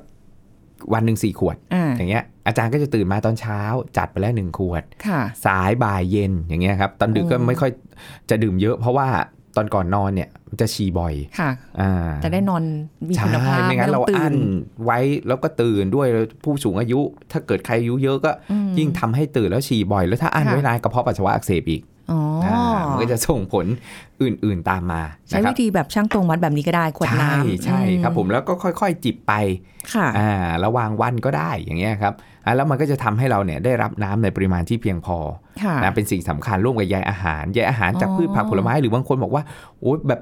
[SPEAKER 3] วันหนึ่งสี่ขวด
[SPEAKER 2] อ่า
[SPEAKER 3] อย่างเงี้ยอาจารย์ก็จะตื่นมาตอนเช้าจัดไปแล้วหนึ่งขวด
[SPEAKER 2] ค่ะ
[SPEAKER 3] สายบ่ายเย็นอย่างเงี้ยครับ ตอนดึก
[SPEAKER 2] โอ้
[SPEAKER 3] ก็ไม่ค่อยจะดื่มเยอะ เพราะว่าตอนก่อนนอนเนี่ยจะฉี่บ่อย
[SPEAKER 2] ค่ะ
[SPEAKER 3] อ่า
[SPEAKER 2] จะได้นอนมี
[SPEAKER 3] ใช่
[SPEAKER 2] คุณภาพ
[SPEAKER 3] ไม่งั้น
[SPEAKER 2] ต้
[SPEAKER 3] เรา
[SPEAKER 2] ตื่
[SPEAKER 3] อั้นไว้แล้วก็ตื่นด้วยผู้สูงอายุ ถ้าเกิดใครอายุเยอะก็
[SPEAKER 2] อืม
[SPEAKER 3] ยิ่งทำให้ตื่นแล้วฉี่บ่อย แล้วถ้าอั้น
[SPEAKER 2] ค่ะ
[SPEAKER 3] ไว้นานกระเพาะปัสสาวะอักเสบอีก
[SPEAKER 2] อ๋ออ
[SPEAKER 3] อ่ามันก็จะส่งผลอื่นๆตามมา
[SPEAKER 2] ใช้
[SPEAKER 3] นะครั
[SPEAKER 2] วิ
[SPEAKER 3] บ
[SPEAKER 2] ธีแบบช่างตรงวัดแบบนี้ก็ได้ขวดน้ำ
[SPEAKER 3] ใช่ใช่ครับ
[SPEAKER 2] อื
[SPEAKER 3] ผมแล้วก็ค่อยๆจิบไป
[SPEAKER 2] ค่ะ
[SPEAKER 3] อ่าระหวางวันก็ได้อย่างเงี้ยครับอ่าแล้วมันก็จะทำให้เราเนี่ยได้รับน้ำในปริมาณที่เพียงพอ
[SPEAKER 2] ค่ะ
[SPEAKER 3] นะเป็นสิ่งสำคัญร่วมกับใยอาหารใยอาหารจาก
[SPEAKER 2] อ๋อ
[SPEAKER 3] พืชผักผลไม้หรือบางคนบอกว่าโอ๊ยแบบ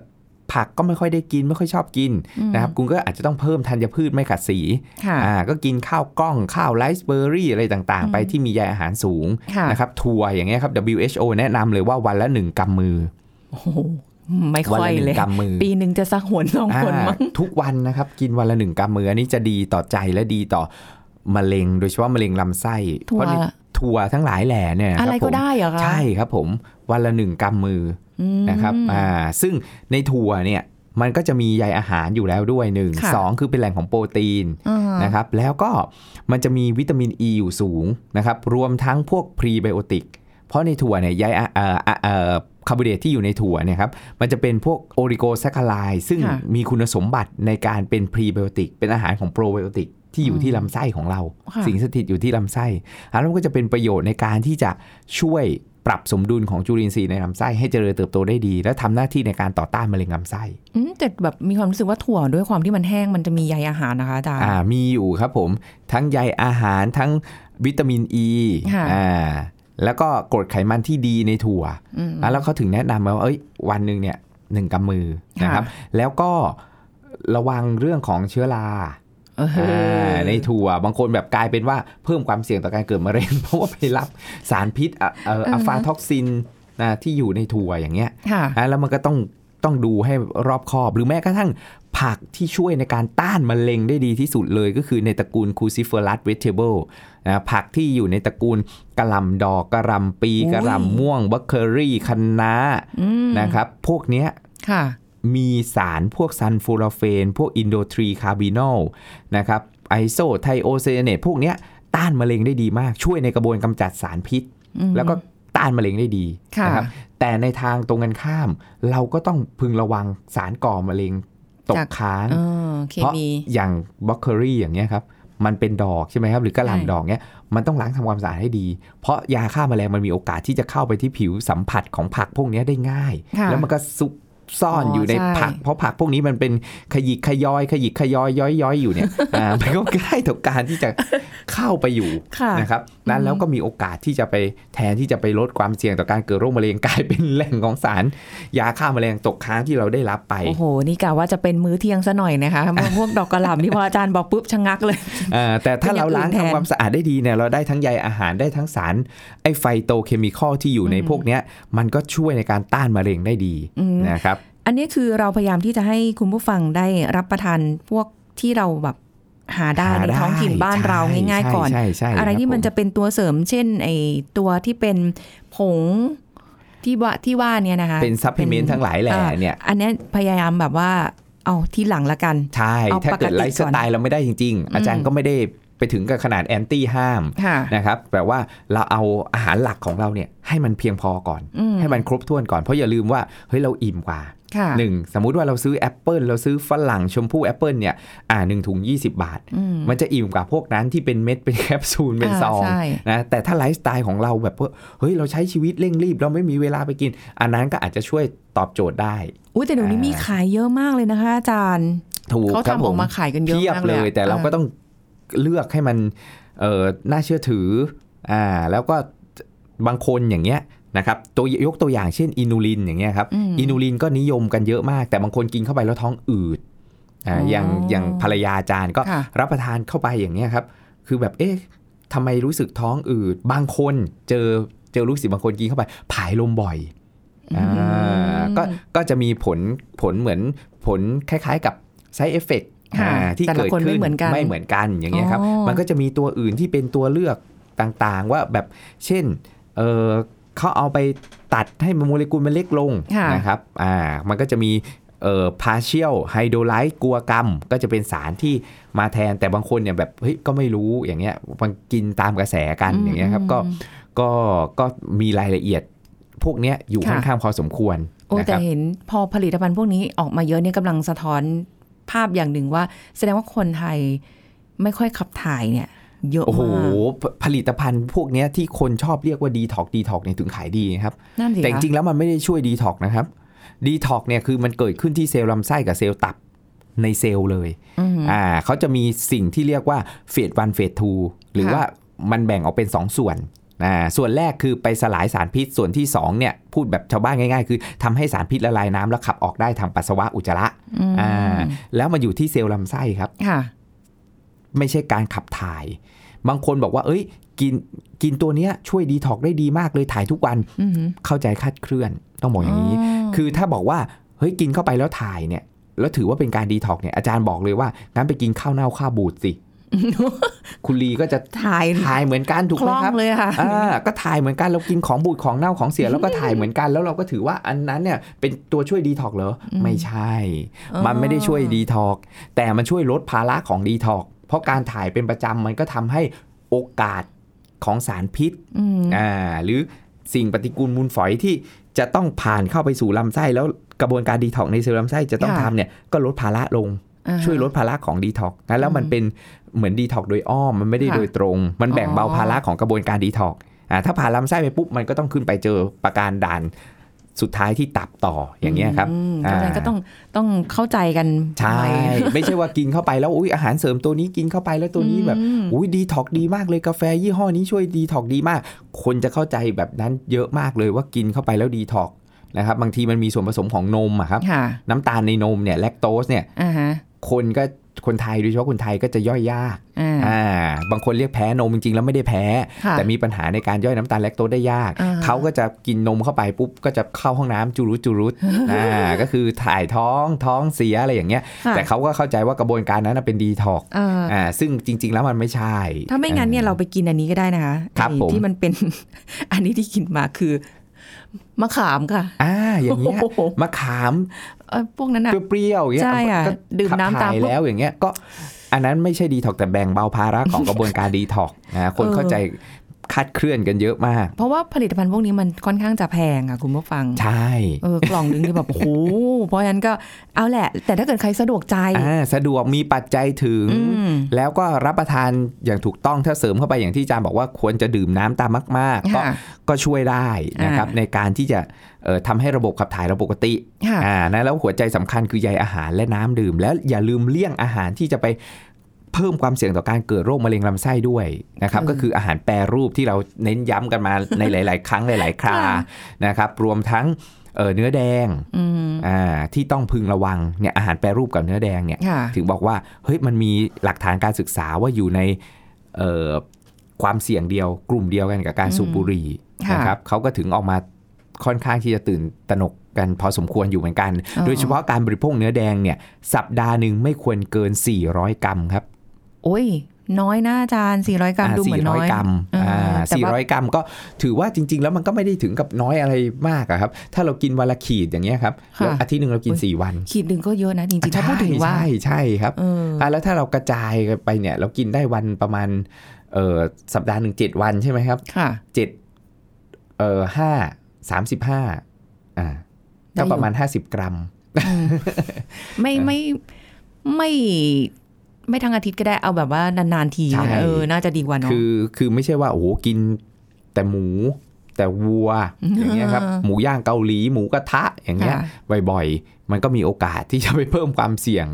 [SPEAKER 3] ผักก็ไม่ค่อยได้กินไม่ค่อยชอบกินนะครับคุณก็อาจจะต้องเพิ่มธัญพืชไม่ขัดสี
[SPEAKER 2] ค่ะ
[SPEAKER 3] อ่าก็กินข้าวกล้องข้าวไรซ์เบอร์รี่อะไรต่างๆ ไป
[SPEAKER 2] อืม
[SPEAKER 3] ที่มีใยอาหารสูง
[SPEAKER 2] ค่ะ
[SPEAKER 3] นะครับถั่วอย่างเงี้ยครับ WHO แนะนำเลยว่าวันละหนึ่งกำมือ
[SPEAKER 2] โอ้โหไม่
[SPEAKER 3] วัน
[SPEAKER 2] ค่อย
[SPEAKER 3] ละหนึ่
[SPEAKER 2] เลย
[SPEAKER 3] งกำมือ
[SPEAKER 2] ปีหนึ่งจะสักหนสองหน
[SPEAKER 3] อ่า
[SPEAKER 2] มั้ง
[SPEAKER 3] ทุกวันนะครับ กินวันละหนึ่งกำมืออันนี้จะดีต่อใจและดีต่อมะเร็ง โดยเฉพาะมะเร็งลำไส้
[SPEAKER 2] ถั่ว
[SPEAKER 3] เพราะในถั่วทั้งหลายแหล่เนี่ย
[SPEAKER 2] อะไร
[SPEAKER 3] ค
[SPEAKER 2] ก็
[SPEAKER 3] บผม
[SPEAKER 2] ได้เหรอคะ
[SPEAKER 3] ใช่ครับผมวันละหนึ่งกำมือ
[SPEAKER 2] อืม
[SPEAKER 3] นะครับอ่าซึ่งในถั่วเนี่ยมันก็จะมีใยอาหารอยู่แล้วด้วยหนึ่ง
[SPEAKER 2] ค่ะ
[SPEAKER 3] สองคือเป็นแหล่งของโปรตีน
[SPEAKER 2] อ่า
[SPEAKER 3] นะครับแล้วก็มันจะมีวิตามินอ e ีอยู่สูงนะครับรวมทั้งพวกพรีไบโอติก เพราะในถั่วเนี่ยใยอะเอ่ออะเอ่อคาร์โบไฮเดรตที่อยู่ในถั่วเนี่ยครับมันจะเป็นพวกโอริโกแซคคาไลซึ่งมีคุณสมบัติในการเป็นพรีไบโอติก เป็นอาหารของโปรไบโอติก ที่อยู่ที่ลำไส้ของเรา
[SPEAKER 2] ค่ะ
[SPEAKER 3] สิ่งสถิตอยู่ที่ลำไส้อันนั้นก็จะเป็นประโยชน์ในการที่จะช่วยปรับสมดุลของจุลินทรีย์ในลำไส้ให้เจริญเติบโตได้ดี และทำหน้าที่ในการต่อต้านมะเร็งลำไส้
[SPEAKER 2] อืมแต่แบบมีความรู้สึกว่าถั่วด้วยความที่มันแห้งมันจะมีใยอาหารนะคะอาจารย์
[SPEAKER 3] อ่ามีอยู่ครับผม ทั้งใยอาหารทั้งวิตามินอ e, ี
[SPEAKER 2] ค่ะ
[SPEAKER 3] อ่าแล้วก็กรดไขมันที่ดีในถั่ว
[SPEAKER 2] อืม
[SPEAKER 3] อ่ะแล้วเขาถึงแนะนำมาว่าเอ้ยวันหนึ่งเนี่ยหนึ่งกำมือ
[SPEAKER 2] ค่ะ
[SPEAKER 3] นะครับ แล้วก็ระวังเรื่องของเชื้อรา
[SPEAKER 2] เออ
[SPEAKER 3] อ่าในถั่วบางคนแบบกลายเป็นว่าเพิ่มความเสี่ยงต่อการเกิดมะเร็ง <laughs> เพราะว่าไปรับสารพิษอะเอ่ออะฟาท็อกซินนะที่อยู่ในถั่วอย่างเงี้ย
[SPEAKER 2] ค่ะ
[SPEAKER 3] อ่ะแล้วมันก็ต้องต้องดูให้รอบคอบ หรือแม้กระทั่งผักที่ช่วยในการต้านมะเร็งได้ดีที่สุดเลย ก็คือในตระกูลคูซิเฟอรัสเวจเทเบิลนะผักที่อยู่ในตระกูลกระหลำดอกกระหลำปี
[SPEAKER 2] อุ้ย
[SPEAKER 3] กระหลำม่วงบัคเคอรี่คะน้า
[SPEAKER 2] อืม
[SPEAKER 3] นะครับ พวกเนี้ย
[SPEAKER 2] ค่ะ
[SPEAKER 3] มีสารพวกซันฟูร a เฟน พวกอินโดทรีคาร์บินอลนะครับไอโซไทโอเซเนตพวกเนี้ยต้านมะเร็งได้ดีมาก ช่วยในกระบวนกำจัดสารพิษ
[SPEAKER 2] อืม
[SPEAKER 3] แล้วก็ต้านมะเร็งได้ดี
[SPEAKER 2] ค่ะ
[SPEAKER 3] นะครับแต่ในทางตรงกันข้าม เราก็ต้องพึงระวังสารก่อมะเร็งตก
[SPEAKER 2] จาก
[SPEAKER 3] ค้าง
[SPEAKER 2] เออเค
[SPEAKER 3] เพราะ
[SPEAKER 2] มี
[SPEAKER 3] อย่างบล็อกเคอรี่อย่างเงี้ยครับ มันเป็นดอกใช่ไหมครับ หรือกระห
[SPEAKER 2] ใช่
[SPEAKER 3] ล่ำดอกเนี้ยมันต้องล้างทำความสะอาดให้ดี เพราะยาฆ่าแมลงมันมีโอกาสที่จะเข้าไปที่ผิวสัมผัสของผักพวกเนี้ยได้ง่าย
[SPEAKER 2] ค่ะ
[SPEAKER 3] แล้วมันก็ซุกซ่อน
[SPEAKER 2] อ๋อ
[SPEAKER 3] อ
[SPEAKER 2] อยู่
[SPEAKER 3] ใน
[SPEAKER 2] ใช่
[SPEAKER 3] ผัก เพราะผักพวกนี้มันเป็นขยิกขยอย ขยิกขยอยย้อยย้อยอ
[SPEAKER 2] <laughs>
[SPEAKER 3] ยู่เนี่ย อ่ามันก็ใกล้ต่อการที่จะเข้าไปอยู่
[SPEAKER 2] ค่ะ
[SPEAKER 3] นะครับนั้นแล้วก็มีโอกาสที่จะไปแทนที่จะไปลดความเสี่ยงต่อการเกิดโรคมะเร็งกลายเป็นแหล่งของสาร ยาฆ่าแมลงตกค้างที่เราได้รับไป
[SPEAKER 2] โอ้โห นี่กะว่าจะเป็นมื้อเที่ยงซะหน่อยนะคะ
[SPEAKER 3] <laughs>
[SPEAKER 2] พวกดอกกระหล่ำที่พออาจารย์บอกปุ๊บชะงักเลย <laughs>
[SPEAKER 3] เอ่อแต่ถ้าเราล้าง
[SPEAKER 2] เป็นอย่างอื่นแทน
[SPEAKER 3] ทำความสะอาดได้ดีเนี่ยเราได้ทั้งใยอาหารได้ทั้งสารไอไฟโตเคมีคอลที่อยู่ในพวกเนี้ยมันก็ช่วยในการต้านมะเร็งได้ดี
[SPEAKER 2] อืม
[SPEAKER 3] นะครับ
[SPEAKER 2] อันนี้คือเราพยายามที่จะให้คุณผู้ฟังได้รับประทานพวกที่เราแบบหาได้
[SPEAKER 3] หา
[SPEAKER 2] ใน
[SPEAKER 3] ได้
[SPEAKER 2] ท้องถิ่นบ้านเรา
[SPEAKER 3] ใช่
[SPEAKER 2] ง่ายๆ
[SPEAKER 3] ใช่
[SPEAKER 2] ก่อน
[SPEAKER 3] ใช่ใช่
[SPEAKER 2] อะไร
[SPEAKER 3] ครับ
[SPEAKER 2] ที่มัน
[SPEAKER 3] ผม
[SPEAKER 2] จะเป็นตัวเสริม เช่นไอตัวที่เป็นผงที่ว่าที่ว่าเนี่ยนะคะ
[SPEAKER 3] เป็นซัพพลีเมนต์ทั้งหลายแหล่
[SPEAKER 2] อ่า
[SPEAKER 3] เนี่ย
[SPEAKER 2] อันเนี้ยพยายามแบบว่าเอาที่หลังละกัน
[SPEAKER 3] ใช่
[SPEAKER 2] เอา
[SPEAKER 3] ถ้าเกิ
[SPEAKER 2] ป
[SPEAKER 3] ด
[SPEAKER 2] กติ
[SPEAKER 3] ไลฟ์สไตล์เราไม่ได้จริง
[SPEAKER 2] อืม
[SPEAKER 3] ๆ อาจารย์ก็ไม่ได้ไปถึงกับขนาดแอนตี้ห้าม
[SPEAKER 2] ค่ะ
[SPEAKER 3] นะครับแปลว่าเราเอาอาหารหลักของเราเนี่ยให้มันเพียงพอก่อน
[SPEAKER 2] อืม
[SPEAKER 3] ให้มันครบถ้วนก่อนเพราะอย่าลืมว่าเฮ้ยเราอิ่มกว่า
[SPEAKER 2] ค่ะ
[SPEAKER 3] หนึ่งสมมุติว่าเราซื้อแอปเปิลเราซื้อฝรั่งชมพู่แอปเปิลเนี่ยอ่าหนึ่งถุง 20 บาท
[SPEAKER 2] อืม
[SPEAKER 3] มันจะอิ่มกว่าพวกนั้นที่เป็นเม็ด <laughs> เป็นแคปซูล เป็น
[SPEAKER 2] อ่า
[SPEAKER 3] ซอง
[SPEAKER 2] ใช่
[SPEAKER 3] นะแต่ถ้าไลฟ์สไตล์ของเราแบบว่าเฮ้ย เราใช้ชีวิตเร่งรีบ เราไม่มีเวลาไปกิน อันนั้นก็อาจจะช่วยตอบโจทย์ได้
[SPEAKER 2] อุ้ยแต่เดี๋ยวนี้มีขายเยอะมากเลยนะคะ อาจารย์
[SPEAKER 3] ถูก
[SPEAKER 2] เขา
[SPEAKER 3] ครับ
[SPEAKER 2] ทำอ
[SPEAKER 3] ผ
[SPEAKER 2] อก
[SPEAKER 3] ม
[SPEAKER 2] มาขายกันเยอะ
[SPEAKER 3] เทียบ
[SPEAKER 2] มาก
[SPEAKER 3] เล
[SPEAKER 2] เลย ย
[SPEAKER 3] แต่เราก็
[SPEAKER 2] อ่
[SPEAKER 3] ต้องเลือกให้มันเออน่าเชื่อถืออ่าแล้วก็บางคนอย่างเงี้ยนะครับตัวยกตัวอย่างเช่นอินูลินอย่างเงี้ยครับ
[SPEAKER 2] อืม
[SPEAKER 3] อินูลินก็นิยมกันเยอะมาก แต่บางคนกินเข้าไปแล้วท้องอืดอ่า
[SPEAKER 2] อ๋อ
[SPEAKER 3] อ
[SPEAKER 2] อย่าง
[SPEAKER 3] อย่างภรรยาอาจารย์ก็
[SPEAKER 2] ค่ะ
[SPEAKER 3] รับประทานเข้าไปอย่างเงี้ยครับ คือแบบเอ๊ะ ทำไมรู้สึกท้องอืดบางคนเจอเจอลูกศิษย์บางคนกินเข้าไปผายลมบ่อยอ่าก็ก็จะมีผลผลเหมือนผลคล้ายๆ กับ side effect
[SPEAKER 2] ค่ะ
[SPEAKER 3] อ่าที่
[SPEAKER 2] แต่ละ
[SPEAKER 3] เกิด
[SPEAKER 2] คนไม่
[SPEAKER 3] ขึ้น
[SPEAKER 2] เหมือนกัน
[SPEAKER 3] ไม่เหมือนกันอย่างเงี้ยครับ
[SPEAKER 2] อ๋อ
[SPEAKER 3] มันก็จะมีตัวอื่นที่เป็นตัวเลือกต่างๆ ว่าแบบเช่นเออเขาเอาไปตัดให้โมเลกุลมันเล็กลง
[SPEAKER 2] ค่ะ
[SPEAKER 3] นะครับอ่ามันก็จะมีเอ่อ partial hydrolyte กัวกรรม ก็จะเป็นสารที่มาแทนแต่บางคนเนี่ยแบบเฮ้ยก็ไม่รู้อย่างเงี้ยมันกินตามกระแสกันอย่างเงี้ยครับก็ก็ก็มีรายละเอียดพวกเนี้ยอยู่
[SPEAKER 2] ค่ะ
[SPEAKER 3] ค่อนข้างพอสมควร
[SPEAKER 2] โอ้
[SPEAKER 3] นะค
[SPEAKER 2] แต่
[SPEAKER 3] รับ
[SPEAKER 2] เห็นพอผลิตภัณฑ์พวกนี้ออกมาเยอะเนี่ยกำลังสะท้อนภาพอย่างหนึ่งว่า แสดงว่าคนไทยไม่ค่อยขับถ่ายเนี่ย เยอะ
[SPEAKER 3] โอ้โห
[SPEAKER 2] มาก
[SPEAKER 3] ผผลิตภัณฑ์พวกเนี้ยที่คนชอบเรียกว่าดีท็อกดีท็อกเนี่ยถึงขายดีนะครับ
[SPEAKER 2] นั่นสิ
[SPEAKER 3] แต่จ
[SPEAKER 2] คะ
[SPEAKER 3] ริงๆแล้วมันไม่ได้ช่วยดีท็อกนะครับดีท็อกเนี่ยคือมันเกิดขึ้นที่เซลล์ลำไส้กับเซลล์ตับในเซลล์เลย
[SPEAKER 2] อืม
[SPEAKER 3] อ่าเขาจะมีสิ่งที่เรียกว่าเฟสวันเฟสทูหรือ
[SPEAKER 2] ค่ะ
[SPEAKER 3] ว่ามันแบ่งออกเป็น 2 ส่วนอ่าส่วนแรกคือไปสลายสารพิษส่วนที่2เนี่ยพูดแบบชาวบ้านง่ายๆ คือทำให้สารพิษละลายน้ำแล้วขับออกได้ทางปัสสาวะอุจจาระ
[SPEAKER 2] อืม
[SPEAKER 3] อ่าแล้วมาอยู่ที่เซลล์ลำไส้ครับ
[SPEAKER 2] ค่ะ
[SPEAKER 3] ไม่ใช่การขับถ่าย บางคนบอกว่า เอ้ย กิน กินตัวเนี้ยช่วยดีท็อกได้ดีมากเลยถ่ายทุกวัน
[SPEAKER 2] อืม
[SPEAKER 3] เข้าใจคลาดเคลื่อน ต้องบอกอย่างนี้ คือถ้าบอกว่า เฮ้ย กินเข้าไปแล้วถ่ายเนี่ย แล้วถือว่าเป็นการดีท็อกเนี่ย อาจารย์บอกเลยว่า งั้นไปกินข้าวเน่าข้าวบู
[SPEAKER 2] <laughs>
[SPEAKER 3] ดสิ คุณลีก็จะ
[SPEAKER 2] ถ่าย
[SPEAKER 3] ถ่ายเหมือนกันถูก
[SPEAKER 2] ค
[SPEAKER 3] ไหม
[SPEAKER 2] ล่อง
[SPEAKER 3] ครับ
[SPEAKER 2] เลยค่ะ
[SPEAKER 3] อ่าก็ถ่ายเหมือนกันเรากินของบูดของเน่าของเสียแล้วก็ถ่ายเหมือนกัน แล้วเราก็ถือว่าอันนั้นเนี่ยเป็นตัวช่วยดีท็อกเหรออ
[SPEAKER 2] ม
[SPEAKER 3] ไม่ใช่
[SPEAKER 2] อ๋อ
[SPEAKER 3] มันไม่ได้ช่วยดีท็อกแต่มันช่วยลดภาระของดีท็อกเพราะการถ่ายเป็นประจำมันก็ทำให้โอกาสของสารพิษ
[SPEAKER 2] อืม
[SPEAKER 3] อ่าหรือสิ่งปฏิกูลมูลฝอยที่จะต้องผ่านเข้าไปสู่ลำไส้แล้วกระบวนการดีท็อกในเซลล์ลำไส้จะต้อง
[SPEAKER 2] ค่ะ
[SPEAKER 3] ทำเนี่ยก็ลดภาระลง
[SPEAKER 2] อ่า
[SPEAKER 3] ช่วยลดภาระของดีท็อกนะแล้วมัน
[SPEAKER 2] อืม
[SPEAKER 3] เป็นเหมือนดีท็อกโดยอ้อม มันไม่ได้
[SPEAKER 2] ค่ะ
[SPEAKER 3] โดยตรง มันแบ่งเบา
[SPEAKER 2] อ๋อ
[SPEAKER 3] ภาระของกระบวนการดีท็อกอ่าถ้าผ่านลำไส้ไปปุ๊บ มันก็ต้องขึ้นไปเจอประการด่านสุดท้ายที่ตับต่ออย่างเงี้ยครับ
[SPEAKER 2] มเพราะฉะนั้น
[SPEAKER 3] อ่า
[SPEAKER 2] ก็ต้องต้องเข้าใจกัน
[SPEAKER 3] ใช่
[SPEAKER 2] หน่อย
[SPEAKER 3] ไม่ใช่ว่ากินเข้าไปแล้วอุ้ยอาหารเสริมตัวนี้กินเข้าไปแล้วตัวนี้แบบ
[SPEAKER 2] อืม
[SPEAKER 3] อุ้ยดีท็อกดีมากเลยกาแฟยี่ห้อนี้ช่วยดีท็อกดีมาก คนจะเข้าใจแบบนั้นเยอะมากเลยว่ากินเข้าไปแล้วดีท็อกนะครับบางทีมันมีส่วนผสมของนมอะครับ
[SPEAKER 2] ค่ะ
[SPEAKER 3] น้ำตาลในนมเนี่ยแลคโตสเนี่ย
[SPEAKER 2] อ่าฮะ
[SPEAKER 3] คนก็คนไทยโดยเฉพาะคนไทยก็จะย่อยยาก
[SPEAKER 2] อ่า
[SPEAKER 3] อ่าบางคนเรียกแพ้นมจริงๆ แล้วไม่ได้แพ้
[SPEAKER 2] ค่ะ
[SPEAKER 3] แต่มีปัญหาในการย่อยน้ำตาลแลคโตสได้ยาก
[SPEAKER 2] อ่า
[SPEAKER 3] เขาก็จะกินนมเข้าไปปุ๊บ ก็จะเข้าห้องน้ำจุรุจุรุตอ่า
[SPEAKER 2] <laughs>
[SPEAKER 3] ก็คือถ่ายท้องท้องเสียอะไรอย่างเงี้ย
[SPEAKER 2] ค่ะ
[SPEAKER 3] แต่เขาก็เข้าใจว่ากระบวนการนั้นนะเป็นดีท็อก
[SPEAKER 2] เอ่อ
[SPEAKER 3] อ่าซึ่งจริง ๆ แล้วมันไม่ใช่
[SPEAKER 2] ถ้าไม่งั้นเนี่ยเราไปกินอันนี้ก็ได้นะคะ
[SPEAKER 3] ครับ
[SPEAKER 2] ไอ้
[SPEAKER 3] ผม
[SPEAKER 2] ที่มันเป็น <laughs> อันนี้ที่กินมาคือมะขามค่ะ
[SPEAKER 3] อ่าอย่างเงี้ย
[SPEAKER 2] โโห
[SPEAKER 3] มะขาม
[SPEAKER 2] เอ่อพวกนั้นอ่ะ
[SPEAKER 3] เปรี้ยวๆอย่างเงี้ย
[SPEAKER 2] ใช่อ่ะ
[SPEAKER 3] ก็
[SPEAKER 2] ดื่มน้ำตาม
[SPEAKER 3] ขับถ่ย
[SPEAKER 2] ปุ๊บ
[SPEAKER 3] แล้วอย่างเงี้ยก็อันนั้นไม่ใช่ดีท็อกแต่แบ่งเบาภาระของกระบวนการดีท็อกนะคน
[SPEAKER 2] เออ
[SPEAKER 3] เข้าใจคาดเคลื่อนกันเยอะมาก
[SPEAKER 2] เพราะว่าผลิตภัณฑ์พวกนี้มันค่อนข้างจะแพงอ่ะคุณผู้ฟัง
[SPEAKER 3] ใช่
[SPEAKER 2] เออกล่องนึงที่แบบ <laughs> โอ้โหเพราะฉะนั้นก็เอาแหละ แต่ถ้าเกิดใครสะดวกใจ
[SPEAKER 3] อ่าสะดวกมีปัจจัยถึง
[SPEAKER 2] อืม
[SPEAKER 3] แล้วก็รับประทานอย่างถูกต้องถ้าเสริมเข้าไปอย่างที่อาจารย์บอกว่าควรจะดื่มน้ำตามมาก ๆ ก็
[SPEAKER 2] ค่ะ
[SPEAKER 3] ก็ช่วยได้นะครับ
[SPEAKER 2] อ่า
[SPEAKER 3] ในการที่จะเอ่อทำให้ระบบขับถ่ายเราปกติ
[SPEAKER 2] ค่ะ
[SPEAKER 3] อ่านะแล้วหัวใจสำคัญคือใยอาหารและน้ำดื่ม แล้วอย่าลืมเลี่ยงอาหารที่จะไปเพิ่มความเสี่ยงต่อการเกิดโรคมะเร็งลำไส้ด้วยนะครับ
[SPEAKER 2] อืม
[SPEAKER 3] ก็คืออาหารแปรรูปที่เราเน้นย้ำกันมา ในหลาย ๆ ครั้งหลาย ๆ ครา
[SPEAKER 2] ค่ะ
[SPEAKER 3] นะครับรวมทั้งเอ่อเนื้อแดง
[SPEAKER 2] อืม
[SPEAKER 3] อ่าที่ต้องพึงระวังเนี่ยอาหารแปรรูปกับเนื้อแดงเนี่ย
[SPEAKER 2] ค่ะ
[SPEAKER 3] ถึงบอกว่าเฮ้ยมันมีหลักฐานการศึกษาว่าอยู่ในเอ่อความเสี่ยงเดียว กลุ่มเดียวกันกับการ
[SPEAKER 2] อืม
[SPEAKER 3] สูบบุหรี่
[SPEAKER 2] ค่ะ
[SPEAKER 3] นะครับเขาก็ถึงออกมาค่อนข้างที่จะตื่นตระหนกกันพอสมควรอยู่เหมือนกัน โดยเฉพาะการบริโภคเนื้อแดงเนี่ยสัปดาห์หนึ่งไม่ควรเกิน 400 กรัมครับ
[SPEAKER 2] โอ้ย น้อยนะอาจารย์ 400 กรัม
[SPEAKER 3] อ่า
[SPEAKER 2] ดูเหมือนน้อย
[SPEAKER 3] 400 กรัม
[SPEAKER 2] เอออ่
[SPEAKER 3] า
[SPEAKER 2] แต่ว่า
[SPEAKER 3] 400 กรัมก็ถือว่าจริง ๆ แล้วมันก็ไม่ได้ถึงกับน้อยอะไรมากอะครับถ้าเรากินวันละขีดอย่างเงี้ยครับแล้วอาทิตย์หนึ่งเรากินสี่วัน
[SPEAKER 2] ขีดหนึ่งก็เยอะนะจริงๆถ้าพูดถึงว่า
[SPEAKER 3] ใช่ใช่ครับ
[SPEAKER 2] เออ
[SPEAKER 3] อ่ะแล้วถ้าเรากระจายกันไปเนี่ยเรากินได้วันประมาณเออสัปดาห์หนึ่งเจ็ดวันใช่ไหมครับ
[SPEAKER 2] ค่ะ
[SPEAKER 3] เจ็ดเออห้าสามสิบห้าอ่า
[SPEAKER 2] ได้อยู่
[SPEAKER 3] ก็ประมาณห้าสิบกรัม
[SPEAKER 2] อืมไม่
[SPEAKER 3] เออ
[SPEAKER 2] ไม่ไม่ไม่ทั้งอาทิตย์ก็ได้เอาแบบว่านานๆที
[SPEAKER 3] ใช่
[SPEAKER 2] เออน่าจะดีกว่าเนาะ
[SPEAKER 3] คือคือไม่ใช่ว่าโอ้โหกินแต่หมู
[SPEAKER 2] <laughs>
[SPEAKER 3] แต่วัว อย่างเงี้ยครับ หมูย่างเกาหลีหมูกระทะอย่างเงี้ย
[SPEAKER 2] ค่ะ
[SPEAKER 3] บ่อย มันก็มีโอกาสที่จะไปเพิ่มความเสี่ยง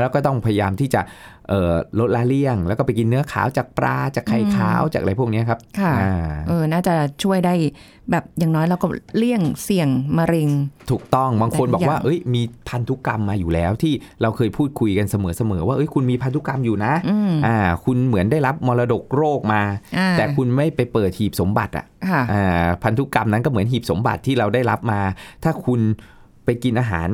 [SPEAKER 3] แล้วก็ต้องพยายามที่จะเอ่อลดละเลี่ยง แล้วก็ไปกินเนื้อขาวจากปลาจากไข่ขาวจากอะไรพวกเนี้ยครับ
[SPEAKER 2] ค่ะ
[SPEAKER 3] อ่า
[SPEAKER 2] เออ น่าจะช่วยได้แบบอย่างน้อยเราก็เลี่ยงเสี่ยงมะเร็ง
[SPEAKER 3] ถูกต้องบางคนบอกว่า
[SPEAKER 2] แต่ทุกอย่าง
[SPEAKER 3] เอ้ยมีพันธุกรรมมาอยู่แล้วที่เราเคยพูดคุยกันเสมอๆว่าเอ้ยคุณมีพันธุกรรมอยู่นะ
[SPEAKER 2] อืม
[SPEAKER 3] อ่าคุณเหมือนได้รับมรดกโรคมา
[SPEAKER 2] อ่า
[SPEAKER 3] แต่คุณไม่ไปเปิดหีบสมบัติอะ
[SPEAKER 2] ค่ะ
[SPEAKER 3] อ่าพันธุกรรมนั้นก็เหมือนหีบสมบัติที่เราได้รับมา ถ้าคุณไปกินอาหาร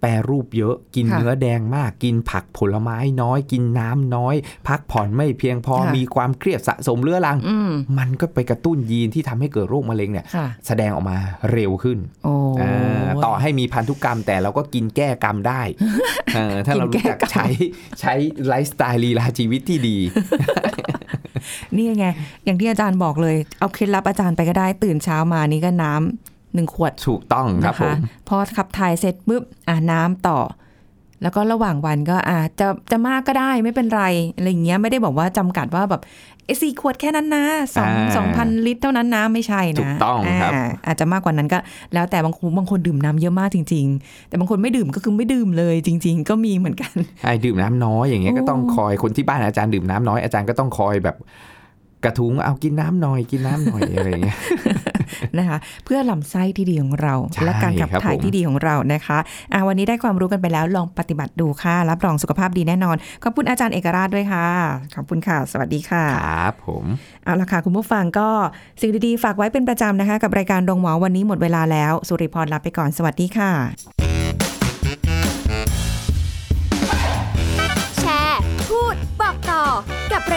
[SPEAKER 3] แปรรูปเยอะ กิน
[SPEAKER 2] ค่ะ
[SPEAKER 3] เนื้อแดงมาก กินผักผลไม้น้อย กินน้ำน้อย พักผ่อนไม่เพียงพอ
[SPEAKER 2] ค่ะ
[SPEAKER 3] มีความเครียดสะสมเรื้อรัง
[SPEAKER 2] อืม
[SPEAKER 3] มันก็ไปกระตุ้นยีนที่ทำให้เกิดโรคมะเร็งเนี่ย
[SPEAKER 2] ค่ะ
[SPEAKER 3] แสดงออกมาเร็วขึ้น
[SPEAKER 2] โอ้
[SPEAKER 3] อ่าต่อให้มีพันธุกรรมแต่เราก็กินแก้กรรม
[SPEAKER 2] <laughs>
[SPEAKER 3] ได้เออถ้าเรารู้จั
[SPEAKER 2] กิน
[SPEAKER 3] ก
[SPEAKER 2] แก้กรรม
[SPEAKER 3] ใช้ใช้ไลฟ์สไตล์ลีลาชีวิตที่ดี
[SPEAKER 2] นี่ไง อย่างที่อาจารย์บอกเลย เอาเคล็ดลับอาจารย์ไปก็ได้ตื่นเช้ามานี่ก็น้ำหนึ่งขวด
[SPEAKER 3] ถูกต้องครับ
[SPEAKER 2] นะ
[SPEAKER 3] ผ
[SPEAKER 2] คะ
[SPEAKER 3] ม
[SPEAKER 2] พอขับถ่ายเสร็จปุ๊บอ่าน้ำต่อ แล้วก็ระหว่างวันก็อ่าจะจะมากก็ได้ไม่เป็นไรอะไรอย่างเงี้ยไม่ได้บอกว่าจำกัดว่าแบบเอยสี่ขวดแค่นั้นนะสอง
[SPEAKER 3] อ่า
[SPEAKER 2] สองพันลิตรเท่านั้นนะไม่ใช่นะ
[SPEAKER 3] ถูกต้องครับ
[SPEAKER 2] าอาจจะมากกว่านั้นก็แล้วแต่บางคนบางคนดื่มน้ำเยอะมากจริง ๆ แต่บางคนไม่ดื่มก็คือไม่ดื่มเลยจริง ๆ ก็มีเหมือนกัน <laughs>
[SPEAKER 3] ใช่ดื่มน้ำน้อยอย่างเงี้ย
[SPEAKER 2] โอ้
[SPEAKER 3] ก็ต้องคอยคนที่บ้านอาจารย์ดื่มน้ำน้อยอาจารย์ก็ต้องคอยแบบกระทุ้งเอากินน้ำหน่อยกินน้ำหน่อย อะไรอย่างเงี้ย
[SPEAKER 2] นะคะเพื่อลำไส้ที่ดีของเรา
[SPEAKER 3] ใช่
[SPEAKER 2] และการขับ
[SPEAKER 3] ครับ
[SPEAKER 2] ถ่าย
[SPEAKER 3] ผม
[SPEAKER 2] ที่ดีของเรานะคะอ่ะวันนี้ได้ความรู้กันไปแล้วลองปฏิบัติดูค่ะ รับรองสุขภาพดีแน่นอน ขอบคุณอาจารย์เอกราชด้วยค่ะ ขอบคุณค่ะ สวัสดีค่ะ
[SPEAKER 3] ครับผม
[SPEAKER 2] เอาละค่ะ คุณผู้ฟังก็สิ่งดีๆ ฝากไว้เป็นประจำนะคะ กับรายการโรงหมอวันนี้หมดเวลาแล้ว สุริพรลาไปก่อนสวัสดีค่ะ
[SPEAKER 1] แชร์ พูด บอกต่อ กับร